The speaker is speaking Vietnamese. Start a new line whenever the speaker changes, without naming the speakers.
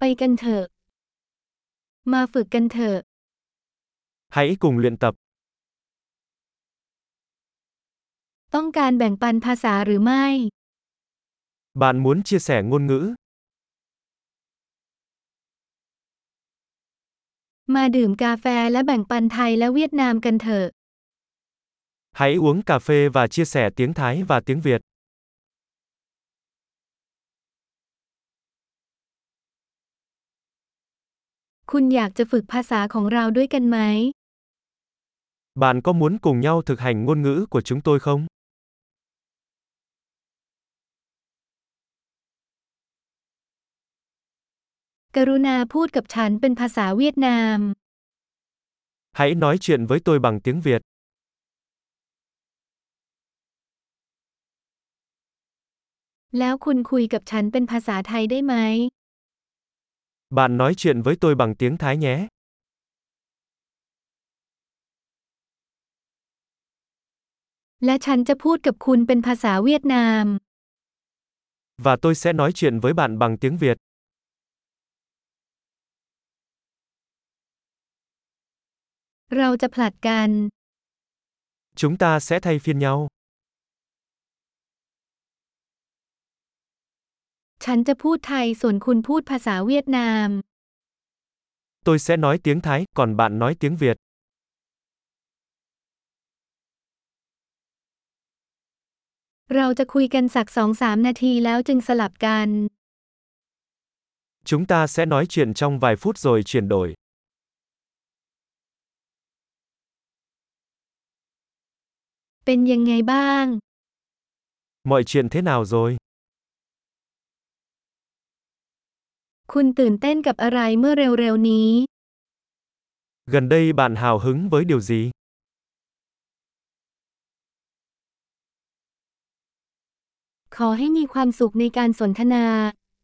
กันเถอะ มาฝึกกันเถอะ
Hãy cùng luyện tập.
ต้องการแบ่งปันภาษาหรือไม่
Bạn muốn chia sẻ ngôn ngữ?
มาดื่มกาแฟและแบ่งปันไทยและเวียดนามกันเถอะ
Hãy uống cà phê và chia sẻ tiếng Thái và tiếng Việt.
คุณอยากจะฝึกภาษาของเราด้วยกันไหม
Bạn có muốn cùng nhau thực hành ngôn ngữ của chúng tôi không?
กรุณาพูดกับฉันเป็นภาษาเวียดนาม
Hãy nói chuyện với tôi bằng tiếng Việt.
แล้วคุณคุยกับฉันเป็นภาษาไทยได้ไหม
Bạn nói chuyện với tôi bằng tiếng Thái nhé.
และฉันจะพูดกับคุณเป็นภาษาเวียดนาม
Và tôi sẽ nói chuyện với bạn bằng tiếng Việt.
เราจะผลัดกัน
Chúng ta sẽ thay phiên nhau.
ฉันจะพูดไทยส่วนคุณพูดภาษาเวียดนาม
Tôi sẽ nói tiếng Thái, còn bạn nói tiếng Việt.
เราจะคุยกันสักสองสามนาทีแล้วจึงสลับกัน
Chúng ta sẽ nói chuyện trong vài phút rồi chuyển đổi.
เป็นยังไงบ้าง
Mọi chuyện thế nào rồi?
คุณตื่นเต้นกับอะไรเมื่อเร็วๆนี้
Gần đây bạn hào hứng với điều gì?
ขอให้มีความสุขในการสนทนา